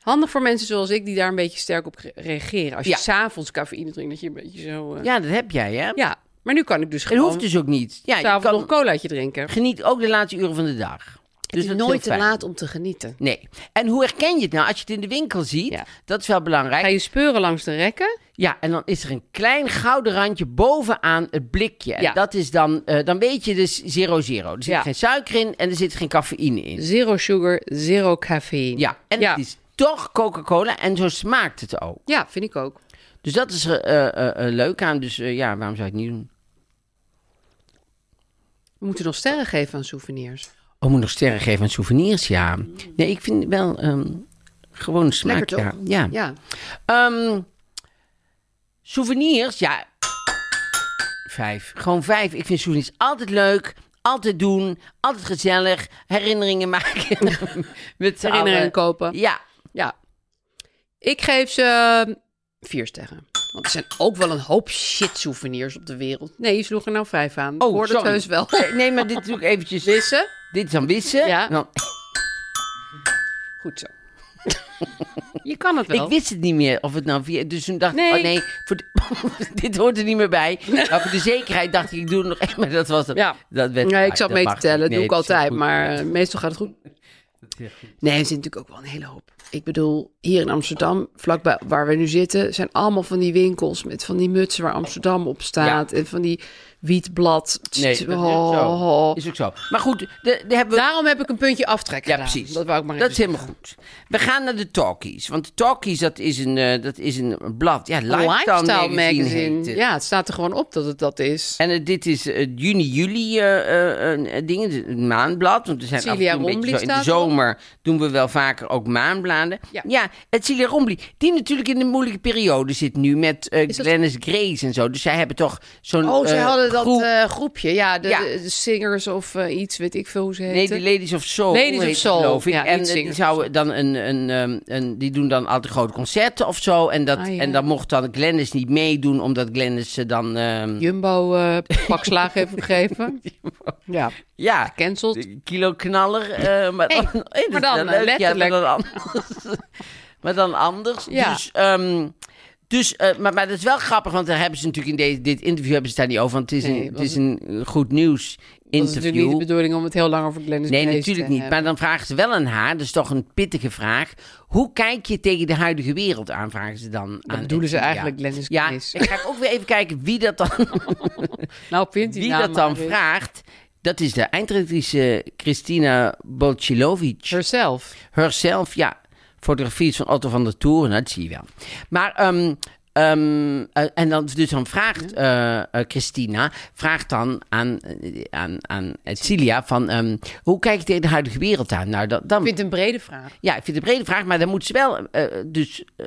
Handig voor mensen zoals ik die daar een beetje sterk op re- reageren. Als je
Ja.
s'avonds cafeïne drinkt, dat je een beetje zo... eh,
Ja, dat heb jij, hè?
ja. maar nu kan ik dus
Het
gewoon
hoeft dus ook niet. Ja, je
s'avonds nog
kan
een colaatje drinken.
geniet ook de laatste uren van de dag. Dus
het
dat
is
heel
nooit te
fijn.
laat om te genieten.
Nee. En hoe herken je het nou? Als je het in de winkel ziet,
Ja.
dat is wel belangrijk.
Ga je speuren langs de rekken?
Ja, en dan is er een klein gouden randje bovenaan het blikje. En
Ja.
dat is dan, eh, dan weet je dus zero zero. Er zit
Ja.
geen suiker in en er zit geen cafeïne in.
Zero sugar, zero cafeïne.
Ja, en
ja.
het is toch Coca-Cola en zo smaakt het ook.
Ja, vind ik ook.
Dus dat is er eh, eh, eh, leuk aan. Dus eh, ja, waarom zou je het niet doen?
We moeten nog sterren geven aan souvenirs.
Oh, moet nog sterren geven aan souvenirs, ja. Nee, ik vind wel ehm gewoon smaak,
Lekker toch?
ja. ja.
Ja.
Ehm, souvenirs, ja. Vijf. Gewoon vijf. Ik vind souvenirs altijd leuk. Altijd doen. Altijd gezellig. Herinneringen maken. Met z'n
Herinneringen
allen.
kopen.
Ja.
Ja. Ik geef ze eh, vier sterren. Want er zijn ook wel een hoop shit souvenirs op de wereld. Nee, je sloeg er nou vijf aan.
Oh,
Hoor dat
sorry.
heus wel.
Nee, Nee, maar dit doe ik eventjes.
Wissen?
Dit is dan wissen.
Ja.
En Dan,
Goed zo. je kan het wel.
ik wist het niet meer of het nou via. Dus toen dacht
Nee.
ik, oh nee, voor de- dit hoort er niet meer bij. Maar voor de zekerheid dacht ik, ik doe het nog even. Maar dat was het.
Ja.
Dat werd,
Nee, ik
ah,
zat
dat
mee te
mag niet.
tellen. Dat
Nee,
doe
het
ik
is heel
altijd.
goed.
Maar eh, meestal gaat het goed. Nee, er zit natuurlijk ook wel een hele hoop. Ik bedoel, hier in Amsterdam, vlakbij waar we nu zitten, zijn allemaal van die winkels met van die mutsen waar Amsterdam op staat. En van die wietblad.
Nee, dat is,
Oh.
zo. is ook zo. Maar goed, de, de hebben we
Daarom heb ik een puntje aftrek
Ja,
gedaan.
precies.
Dat wou ik maar
Dat
even
is helemaal goed. We gaan naar de Talkies. Want de Talkies, dat is een, eh, dat is een blad. Ja,
Een
Lifestyle,
lifestyle
magazine. heet
magazine.
het.
Ja, het staat er gewoon op dat het dat is.
En eh, dit is eh, juni, juli eh, eh, eh, eh, dingen, het maanblad. Want we zijn af en
Celia
toe een
Rombly
beetje zo, in de
staat erop.
zomer doen we wel vaker ook maanbladen.
Ja.
het Celia Rombly, die natuurlijk in een moeilijke periode zit nu met eh
dat-
Glennis Grace en zo. Dus zij hebben toch zo'n
Oh, ze
eh,
hadden dat
groep-
eh, groepje. Ja, de,
Ja.
de- de singers of eh, iets, weet ik veel hoe ze
Nee,
heten.
de Ladies of Soul.
Ladies of
heet het,
Soul,
geloof ik.
ja,
en
niet
eh, die,
zingers.
zouden dan een, een, ehm, een, die doen dan altijd een groot concert of zo. En, dat,
Ah, ja.
en dan mocht dan Glennis niet meedoen, omdat Glennis ze dan. ehm,
Jumbo eh pakslaag heeft gegeven. Ja,
ja,
cancelled.
de kilo knaller. eh, maar,
Hey,
dan, eh, dat
maar
is wel
dan, eh,
leuk. Ja, maar
letterlijk.
dan anders. maar dan anders.
Ja.
Dus. ehm, dus, eh, maar, maar dat is wel grappig, want daar hebben ze natuurlijk in deze, dit interview hebben ze het daar niet over. Want het is
Nee,
een, het
want-
is een eh, goed nieuws interview.
Dat is natuurlijk niet de bedoeling om het heel lang over Glennis
Nee,
Grace
natuurlijk
te
niet.
hebben.
Maar dan vragen ze wel aan haar, dat is toch een pittige vraag. Hoe kijk je tegen de huidige wereld aan, vragen ze dan. aan
bedoelen ze
Etsy, Ah, ja.
eigenlijk Glennis
Ja,
Grace.
ik ga ook weer even kijken wie dat dan,
nou, vindt die
wie
naam
dat dan
maar weer.
vraagt. Dat is de eindredactrice Christina Bolcilovic.
Herself.
Herself, ja. Fotografie is van Otto van der Toeren, dat zie je wel. Maar, ehm, ehm, eh, en dan, dus dan vraagt eh, eh, Christina, vraagt dan aan, eh, aan, aan Celia van, ehm, hoe kijk je tegen de huidige wereld aan? Nou, dat, dan,
Ik vind het een brede vraag.
ja, ik vind het een brede vraag, maar dan moet ze wel. eh, dus, eh,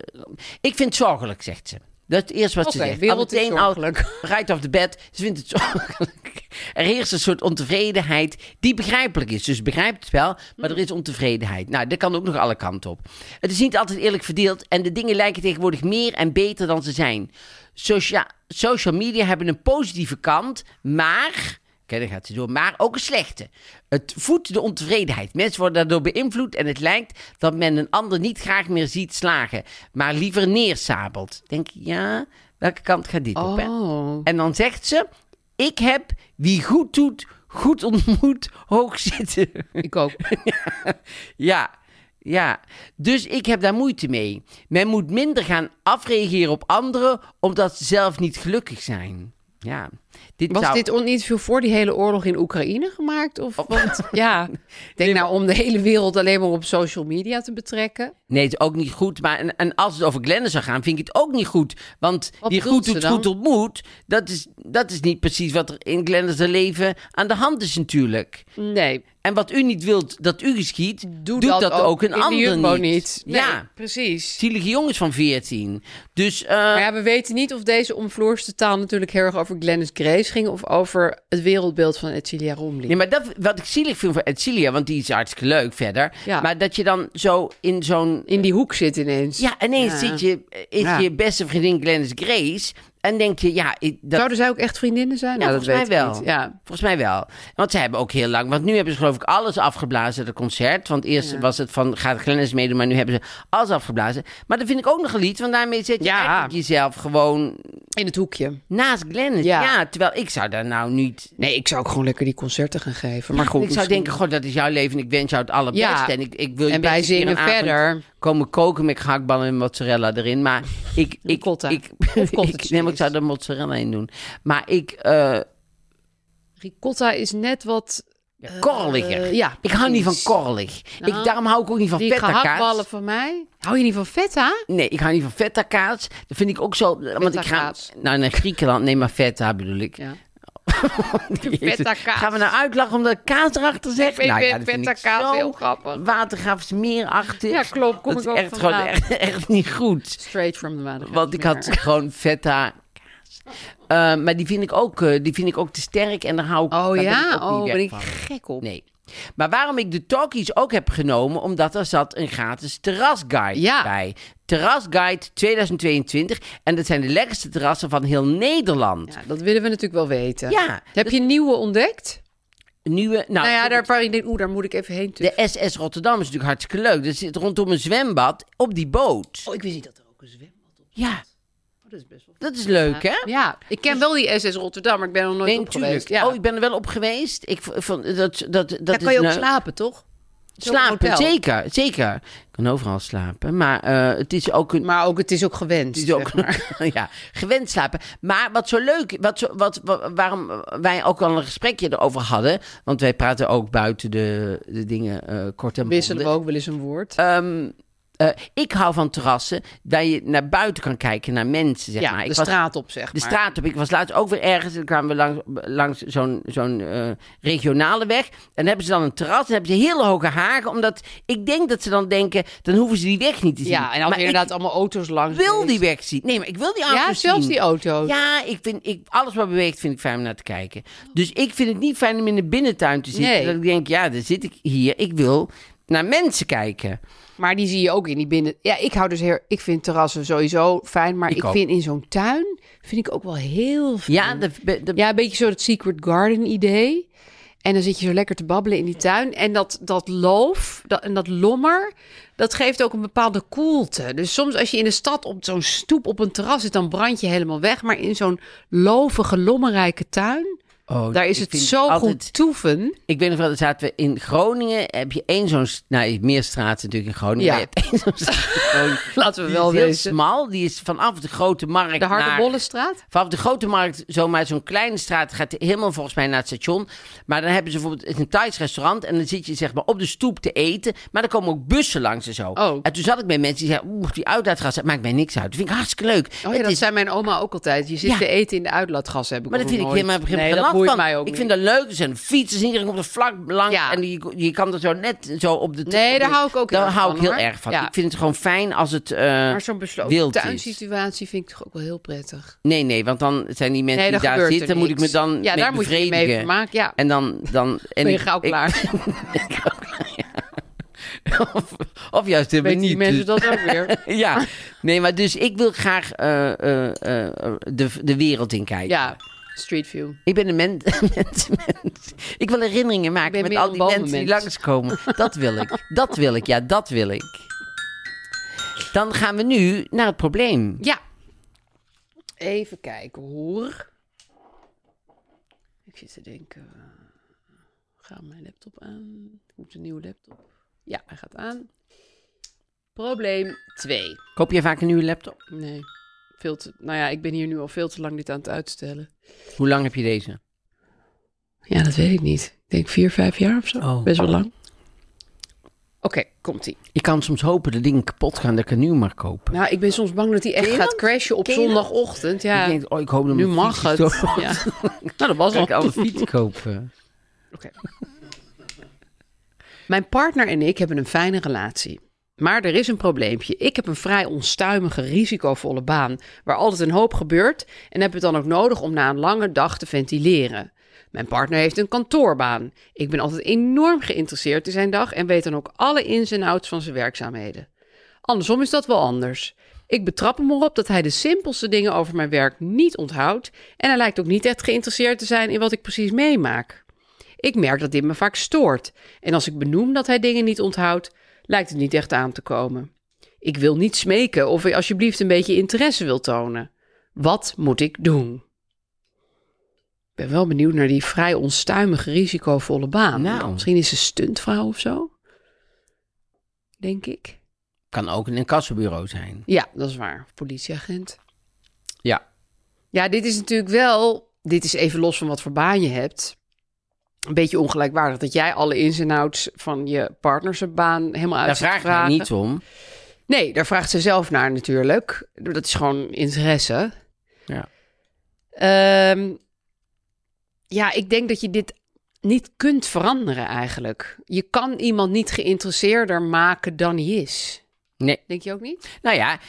ik vind het zorgelijk, zegt ze. Dat is het eerste wat
Oké,
ze zegt.
wereld is
Al meteen al
zorgelijk.
Right off the bed. Ze vindt het zorgelijk. Er heerst een soort ontevredenheid die begrijpelijk is. Dus ze begrijpt het wel, maar er is ontevredenheid. Nou, dat kan ook nog alle kanten op. Het is niet altijd eerlijk verdeeld en de dingen lijken tegenwoordig meer en beter dan ze zijn. Socia- social media hebben een positieve kant, maar Oké, dan gaat ze door. Maar ook een slechte. Het voedt de ontevredenheid. Mensen worden daardoor beïnvloed en het lijkt dat men een ander niet graag meer ziet slagen, maar liever neersabelt. Denk je, ja, welke kant gaat dit op? Hè?
Oh.
En dan zegt ze: Ik heb wie goed doet, goed ontmoet, hoog zitten.
Ik ook.
Ja, ja. Dus ik heb daar moeite mee. Men moet minder gaan afreageren op anderen omdat ze zelf niet gelukkig zijn. Ja. Dit
Was
zou... Oh.
dit on- interview voor die hele oorlog in Oekraïne gemaakt? Of want, ja, ik denk nou om de hele wereld alleen maar op social media te betrekken.
Nee, het is ook niet goed. Maar en, en als het over Glenn zou gaan, vind ik het ook niet goed. Want
Wat
die
bedoelt
goed
ze
doet,
dan?
goed ontmoet. Dat is, dat is niet precies wat er in Glenn's leven aan de hand is natuurlijk.
Nee,
En wat u niet wilt dat u geschiet, doet dat, ook een
in de
ander
Jumbo
niet.
niet. Nee,
ja,
precies.
zielige jongens van 14. Dus eh,
Maar ja, we weten niet of deze omvloerste taal natuurlijk heel erg over Glennis Grace ging of over het wereldbeeld van Etcilia Romley.
Nee, maar dat, wat ik zielig vind voor Edcilia, want die is hartstikke leuk verder.
Ja.
Maar dat je dan zo in zo'n...
In die hoek zit ineens.
Ja, ineens
Ja.
zit je, is
Ja.
je beste vriendin Glennis Grace. En denk je, ja, ik- dat,
Zouden zij ook echt vriendinnen zijn?
Ja,
nou, dat
volgens mij
weet ik
wel.
niet. Ja.
Volgens mij wel. Want zij hebben ook heel lang... Want nu hebben ze geloof ik alles afgeblazen, dat concert. Want eerst was het van, gaat Glennis meedoen, maar nu hebben ze alles afgeblazen. Maar dat vind ik ook nog een lied, want daarmee zet je
Ja.
eigenlijk jezelf gewoon
In het hoekje.
naast Glennis. Ja.
Ja.
terwijl ik zou daar nou niet...
Nee, ik zou ook gewoon lekker die concerten gaan geven. Maar
ik
goed,
zou
misschien-
denken, god, dat is jouw leven en ik wens jou het allerbeste.
Ja.
En, ik, ik wil je
En
best
wij
een keer
zingen
een avond
verder.
komen koken met gehaktballen en mozzarella erin. Maar ik... ik
Ricotta.
Ik,
Of
ik, nee,
cottage
maar ik zou
cheese.
er mozzarella in doen. Maar ik... eh
Ricotta is net wat...
ja, korreliger.
eh, ja,
ik hou niet van
precies.
korrelig. ik,
Nou,
daarom hou ik ook niet van
Die
feta
gehaktballen
kaas.
van mij. Hou je niet van feta?
Nee, ik hou niet van feta kaas. Dat vind ik ook zo... want ik ga
Feta-kaas.
nou, naar Griekenland. Nee, maar feta bedoel ik.
Ja.
Jezus.
Feta-kaas.
Gaan we nou uitlachen omdat ik kaas erachter zeg?
Ik
nou, ja,
vind
dat vind ik
feta-kaas
zo
heel grappig.
Watergraafsmeerachtig.
Ja, klopt. Kom
dat
ik
is
ook
echt gewoon
vandaan.
echt, echt niet goed.
Straight from the maandag.
Want ik had gewoon feta... kaas. Eh, maar die vind, ik ook, eh, die vind ik ook te sterk en daar hou ik, daar
Oh
ben
ja?
ik ook niet
oh,
weg
ben ik
van.
gek op.
Nee. Maar waarom ik de talkies ook heb genomen, omdat er zat een gratis terrasguide
Ja.
bij. Terrasguide 2022. En dat zijn de lekkerste terrassen van heel Nederland.
Ja, dat willen we natuurlijk wel weten.
Ja, dus Nou,
Heb je nieuwe ontdekt?
Nieuwe, nou,
nou ja, daar, waar je denkt, oeh, daar moet ik even heen.
de SS Rotterdam is natuurlijk hartstikke leuk. Dat zit rondom een zwembad op die boot.
Oh, ik wist niet dat er ook een zwembad op
Ja,
Dat is best wel...
dat is leuk, hè? Dus-
Ja, ik ken wel die SS Rotterdam, maar ik ben er nog nooit
Nee,
op
natuurlijk.
geweest. Ja.
Oh, ik ben er wel op geweest. Ik v- vond dat, dat, dat
daar
is
kan je ook
nou-
slapen, toch? Zo'n
Slapen,
hotel.
zeker, zeker. Ik kan overal slapen, maar eh, het is ook een
Maar ook, het is ook gewend.
Het is ook
zeg maar.
ja, gewend slapen. Maar wat zo leuk, wat zo, wat, wa- waarom wij ook al een gesprekje erover hadden. Want wij praten ook buiten de, de dingen eh, kort en
Wisselen we
bondig.
ook wel eens een woord.
Ehm, eh, ik hou van terrassen, dat je naar buiten kan kijken, naar mensen, zeg
ja,
maar. Ik
de
was-
straat op, zeg
de
maar.
straat op. Ik was laatst ook weer ergens. En dan kwamen we langs, langs zo'n zo'n eh, regionale weg. En dan hebben ze dan een terras. En hebben ze hele hoge hagen. Omdat ik denk dat ze dan denken. Dan hoeven ze die weg niet te zien.
Ja, en dan
maar ik
inderdaad allemaal auto's langs.
wil
geweest.
die weg zien. Nee, maar ik wil die auto's
Ja, zelfs
zien.
die auto's.
Ja, ik vind, ik, alles wat beweegt vind ik fijn om naar te kijken. Dus ik vind het niet fijn om in de binnentuin te zitten.
Nee.
Dat ik denk, ja, daar zit ik hier. Ik wil naar mensen kijken.
Maar die zie je ook in die binnen. Ja, ik hou dus heel. Ik vind terrassen sowieso fijn, maar
Ik
ik,
ook.
vind in zo'n tuin vind ik ook wel heel fijn.
Ja, dat, dat-
Ja, een beetje zo dat Secret Garden idee. En dan zit je zo lekker te babbelen in die tuin. En dat, dat loof dat, en dat lommer, dat geeft ook een bepaalde koelte. Dus soms als je in de stad op zo'n stoep op een terras zit, dan brand je helemaal weg. Maar in zo'n lovige, lommerrijke tuin,
Oh,
daar is
ik
het
vind
zo
altijd-
goed toeven.
Ik weet nog wel, daar zaten we in Groningen. Heb je één zo'n... st- Nou, meer straten natuurlijk in Groningen.
Ja.
maar je hebt één zo'n straat in Groningen.
Laten we
Die
wel
is heel
wezen.
smal. Die is vanaf de Grote Markt
De Oh
naar...
Hardebollenstraat?
Vanaf de Grote Markt, zomaar zo'n kleine straat, gaat helemaal volgens mij naar het station. Maar dan hebben ze bijvoorbeeld een Thais restaurant en dan zit je zeg maar op de stoep te eten. Maar dan komen ook bussen langs en zo.
Oh.
En toen zat ik met mensen die zeiden, oeh, die uitlaatgassen, maakt mij niks uit. Dat vind ik hartstikke leuk.
Oh ja,
Het
dat
is-
zei mijn oma ook altijd. Je zit
Ja.
te eten in de uitlaatgas, heb ik
maar dat
nog
vind ik
nooit.
helemaal geen
nee,
geen last
dat boeit
van.
mij ook
ik
niet.
vind dat leuk. Er zijn fietsers, iedereen komt er vlak langs.
Ja.
En je, je kan er zo net zo op de...
Nee,
op
daar
de-
hou ik ook heel
Daar
erg
hou
van,
ik heel
hoor.
erg van.
Ja.
Ik vind het gewoon fijn als het eh,
maar zo'n besloten
wild is.
tuinsituatie vind ik toch ook wel heel prettig.
Nee, nee, want dan zijn die mensen
Nee,
die
dan
daar
gebeurt
zitten,
er
moet ik me
niks.
dan
Ja,
mee
daar moet je je mee
bevredigen.
vermaken, ja.
En dan, dan en
ben je
ik-
gauw
ik-
klaar.
of, of juist helemaal
Weet die
niet. dus-
mensen dat ook weer?
ja, nee, maar dus ik wil graag eh, eh, eh, de, de wereld in kijken.
Ja. Street View.
Ik ben een mens, mens, mens. Ik wil herinneringen maken
ben
met
meer
al
een
die mensen die
bomenmens.
langskomen. Dat wil ik. Dat wil ik, ja, dat wil ik. Dan gaan we nu naar het probleem.
Ja. Even kijken hoor. Ik zit te denken. eh, Gaat mijn laptop aan? Ik moet een nieuwe laptop. Ja, hij gaat aan. Probleem 2.
Koop je vaak een nieuwe laptop?
Nee. Veel te, nou ja, ik ben hier nu al veel te lang dit aan het uitstellen.
Hoe lang heb je deze?
Ja, dat weet ik niet. Ik denk vier, vijf jaar of zo.
Oh.
Best wel lang. Oké, komt-ie.
Ik kan soms hopen dat dingen kapot gaan dat ik een nieuw mag kopen.
Nou, ik ben soms bang dat hij echt gaat crashen op zondagochtend. Ja,
Ik denk, oh, ik hoop dat
nu
mijn
mag
fiets
het.
is door-
Ja. Nou, dat was
Kan
al.
ik al een fiets kopen?
Oké. Mijn partner en ik hebben een fijne relatie. Maar er is een probleempje. Ik heb een vrij onstuimige, risicovolle baan, waar altijd een hoop gebeurt en heb het dan ook nodig om na een lange dag te ventileren. Mijn partner heeft een kantoorbaan. Ik ben altijd enorm geïnteresseerd in zijn dag en weet dan ook alle ins en outs van zijn werkzaamheden. Andersom is dat wel anders. Ik betrap hem erop dat hij de simpelste dingen over mijn werk niet onthoudt en hij lijkt ook niet echt geïnteresseerd te zijn in wat ik precies meemaak. Ik merk dat dit me vaak stoort. En als ik benoem dat hij dingen niet onthoudt, lijkt het niet echt aan te komen. Ik wil niet smeken of hij alsjeblieft een beetje interesse wil tonen. Wat moet ik doen? Ik ben wel benieuwd naar die vrij onstuimige, risicovolle baan.
Nou.
Misschien is ze stuntvrouw of zo? Denk ik.
Kan ook in een kassenbureau zijn.
Ja, dat is waar. Of Politieagent.
Ja.
Ja, dit is natuurlijk wel. Dit is even los van wat voor baan je hebt. Een beetje ongelijkwaardig dat jij alle ins en outs van je partner zijn baan helemaal uit
Daar
zit te
vraag ik haar
vragen.
niet om.
Nee, daar vraagt ze zelf naar natuurlijk. Dat is gewoon interesse.
Ja.
Ehm, ja, ik denk dat je dit niet kunt veranderen eigenlijk. Je kan iemand niet geïnteresseerder maken dan hij is.
Nee.
Denk je ook niet?
Nou ja,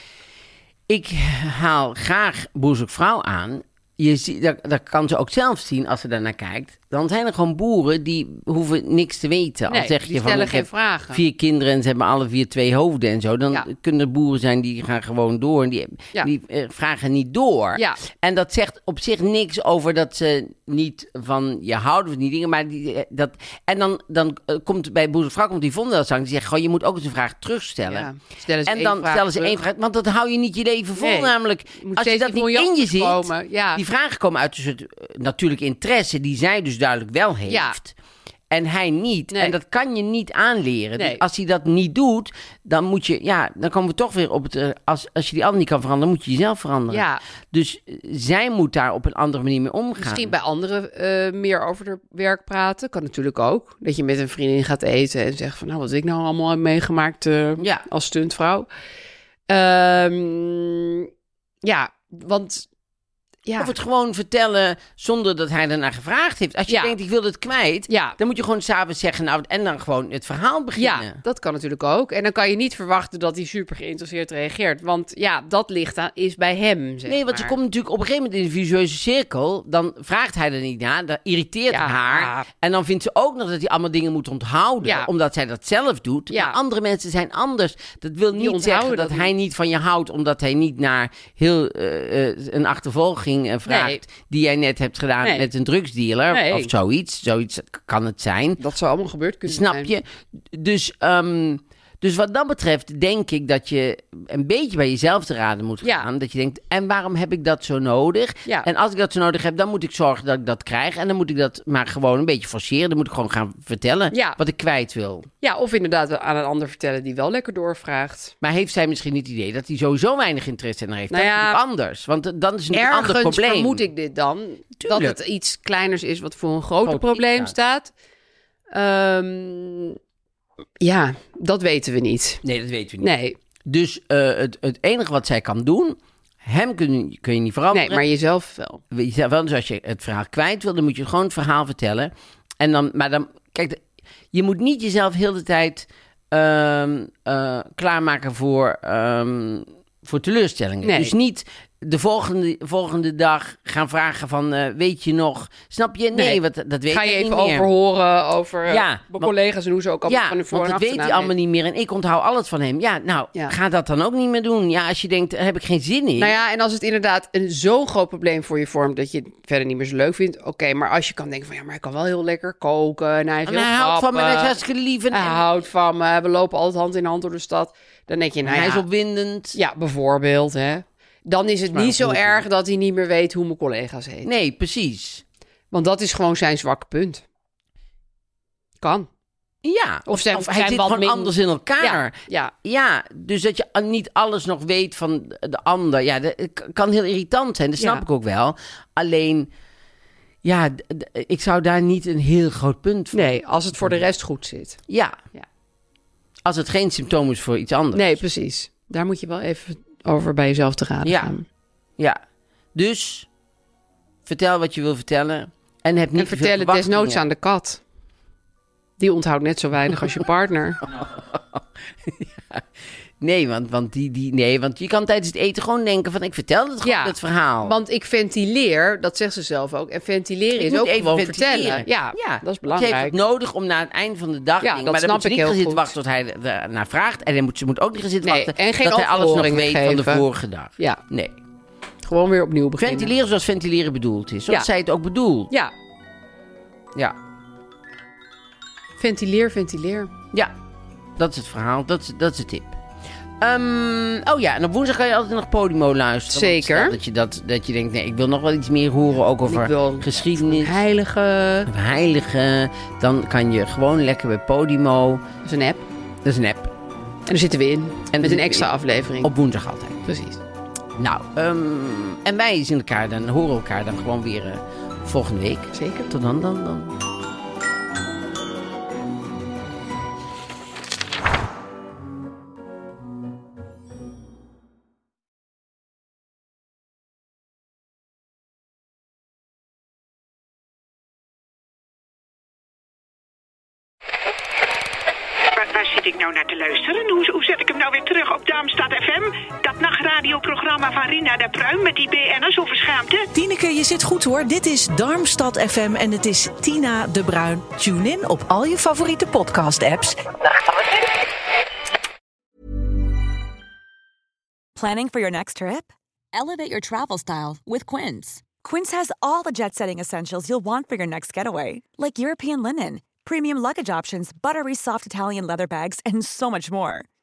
ik haal graag Boerzoek Vrouw aan. Je ziet, dat, dat kan ze ook zelf zien als ze daarnaar kijkt. Dan zijn er gewoon boeren die hoeven niks te weten.
Nee,
al zeg
die
je van,
stellen
ik
geen
heb
vragen.
vier kinderen en ze hebben alle vier twee hoofden en zo. Dan
Ja.
kunnen er boeren zijn die gaan gewoon door en die,
Ja.
die eh, vragen niet door.
Ja.
En dat zegt op zich niks over dat ze niet van je houden of die dingen. Maar die, eh, dat, en dan, dan eh, komt bij Boerzoek Vrouw komt Yvonne dat zang. Die zegt gewoon, je moet ook eens een vraag terugstellen.
Ja. Stellen ze
en
één
dan
vraag
stellen ze één
terug.
vraag. Want dat hou je niet je leven vol
Nee.
namelijk.
Je moet
Als je
steeds
dat
die
niet in je
bonjassen
zit.
komen, ja.
Die vragen komen uit dus het eh, natuurlijke interesse die zij dus duidelijk wel heeft.
Ja.
En hij niet.
Nee.
En dat kan je niet aanleren.
Nee.
Dus als hij dat niet doet, dan moet je... Ja, dan komen we toch weer op het... eh, Als, als je die ander niet kan veranderen, moet je jezelf veranderen.
Ja.
Dus eh, zij moet daar op een andere manier mee omgaan.
Misschien bij anderen eh, meer over haar werk praten. Kan natuurlijk ook. Dat je met een vriendin gaat eten en zegt van... nou, wat ik nou allemaal heb meegemaakt eh,
Ja.
als stuntvrouw. Ehm, ja, want... Ja,
Of het gewoon vertellen zonder dat hij ernaar gevraagd heeft. Als je
Ja.
denkt, ik wil het kwijt,
Ja.
dan moet je gewoon s'avonds zeggen... Nou, en dan gewoon het verhaal beginnen.
ja, dat kan natuurlijk ook. En dan kan je niet verwachten dat hij super geïnteresseerd reageert. Want ja, dat ligt aan, is bij hem, zeg
Nee, want ze
maar.
komt natuurlijk op een gegeven moment in de visueuze cirkel. Dan vraagt hij er niet naar. Dat irriteert
Ja.
haar. En dan vindt ze ook nog dat hij allemaal dingen moet onthouden.
Ja.
Omdat zij dat zelf doet.
Ja.
Maar andere mensen zijn anders. Dat wil niet
onthouden
zeggen dat,
dat
hij
niet.
niet van je houdt. Omdat hij niet naar heel eh, eh, een achtervolging eh, vraagt.
Nee.
Die jij net hebt gedaan
Nee.
met een drugsdealer.
Nee.
Of zoiets. Zoiets kan het zijn.
Dat zou allemaal gebeurd kunnen
Snap
zijn.
je? Dus, ehm, dus wat dat betreft denk ik dat je een beetje bij jezelf te raden moet
Ja.
gaan. Dat je denkt, en waarom heb ik dat zo nodig?
Ja.
En als ik dat zo nodig heb, dan moet ik zorgen dat ik dat krijg. En dan moet ik dat maar gewoon een beetje forceren. Dan moet ik gewoon gaan vertellen
Ja.
wat ik kwijt wil.
Ja, of inderdaad aan een ander vertellen die wel lekker doorvraagt.
Maar heeft zij misschien niet het idee dat hij sowieso weinig interesse in haar heeft?
Nou
dat
ja,
is natuurlijk anders. Want eh, dan is het een ander
Ergens
probleem.
vermoed ik dit dan. Dat
Tuurlijk.
het iets kleiners is wat voor een groter
Groot
probleem
iets,
staat. Ehm, ja, dat weten we niet.
Nee, dat weten we niet.
Nee,
Dus eh, het, het enige wat zij kan doen, hem kun, kun je niet veranderen.
nee maar jezelf wel.
Weet je wel, dus als je het verhaal kwijt wil, dan moet je gewoon het verhaal vertellen. En dan, maar dan, kijk, de- je moet niet jezelf heel de tijd ehm, eh, klaarmaken voor, ehm, voor teleurstellingen.
Nee.
Dus niet de volgende, volgende dag gaan vragen van, eh, weet je nog? Snap je? Nee,
Nee.
want dat- dat weet
Ga
ik
je
niet
even
meer.
over horen over eh,
Ja,
mijn
want-
collega's en hoe ze ook allemaal
ja,
van de voor-
want
en
dat weet
achternaam
hij allemaal niet meer. En ik onthoud alles van hem. Ja, nou,
Ja.
ga dat dan ook niet meer doen. Ja, als je denkt, daar heb ik geen zin in.
Nou ja, en als het inderdaad een zo'n groot probleem voor je vormt dat je het verder niet meer zo leuk vindt, oké, maar als je kan denken van ja, maar hij kan wel heel lekker koken en hij is
En
heel
hij houdt van me en hij is
grappig,
hartstikke lief. En,
hij
en
houdt van me, we lopen altijd hand in hand door de stad, dan denk je, nou
hij
ja,
is opwindend.
ja, bijvoorbeeld, hè, dan is het
maar
niet
een
zo
goed
erg dat hij niet meer weet hoe mijn collega's heten,
Nee, precies.
want dat is gewoon zijn zwakke punt. Kan.
Ja.
Of zijn-
hij
zijn
zit
wat
gewoon
min-
anders in elkaar.
Ja, ja.
Ja, dus dat je a- niet alles nog weet van de ander. Ja, dat k- kan heel irritant zijn. Dat snap
Ja.
ik ook wel. Alleen, ja, d- d- ik zou daar niet een heel groot punt van.
Nee, als het voor de rest goed zit.
Ja.
Ja.
Als het geen symptoom is voor iets anders.
Nee, precies. Daar moet je wel even over bij jezelf te raden
Ja.
gaan.
Ja. Dus, vertel wat je wil vertellen. En heb niet te veel
En vertel het
verwachtingen.
desnoods aan de kat. Die onthoudt net zo weinig als je partner.
Nee, want, want, die, die, nee, want je kan tijdens het eten gewoon denken van... ik vertel het, gewoon,
Ja,
het verhaal.
Want ik ventileer, dat zegt ze zelf ook. En ventileren
Ik
is
moet
ook
even
gewoon
ventileren.
vertellen. Ja, dat is
Ze heeft
belangrijk.
het nodig om na het eind van de dag...
Ja,
dingen-
dat
maar dan
snap
moet ze
ik
niet
heel
gaan zitten
goed.
wachten tot hij er- ernaar vraagt. En hij moet, ze moet ook niet gaan zitten
Nee,
wachten...
en geen
dat hij alles nog
opsporing
weet van de
geven.
vorige dag.
Ja,
Nee.
gewoon weer opnieuw beginnen.
Ventileren zoals ventileren bedoeld is. Zoals
Ja.
zij het ook bedoelt.
Ja,
Ja.
ventileer, ventileer.
Ja. Dat is het verhaal. Dat is, dat is de tip. Ehm, oh ja, en op woensdag kan je altijd nog Podimo luisteren. Want
Zeker.
stel Dat je, dat, dat je denkt, nee, ik wil nog wel iets meer horen. Ook over
Ik wil
geschiedenis.
Heilige...
Of heilige. Dan kan je gewoon lekker bij Podimo.
Dat is een app.
Dat is een app.
En daar zitten we in.
daar
met een
zitten
extra
we
aflevering.
Op woensdag altijd.
Precies.
Nou, ehm, en wij zien elkaar dan, horen elkaar dan gewoon weer eh, volgende week.
Zeker.
Tot dan, dan, dan.
Waar, waar zit ik nou naar te luisteren? Hoe, hoe zet ik hem nou weer terug op Darmstad FM? Dat nachtradioprogramma van Rina de Pruim met die BN'ers over schaamte?
Tineke, je zit goed hoor. Dit is Darmstad FM en het is Tina de Bruin. Tune in op al je favoriete podcast-apps
Planning for your next trip? Elevate your travel style with Quince. Quince has all the jet setting essentials you'll want for your next getaway, like European linen, premium luggage options, buttery soft Italian leather bags, and so much more.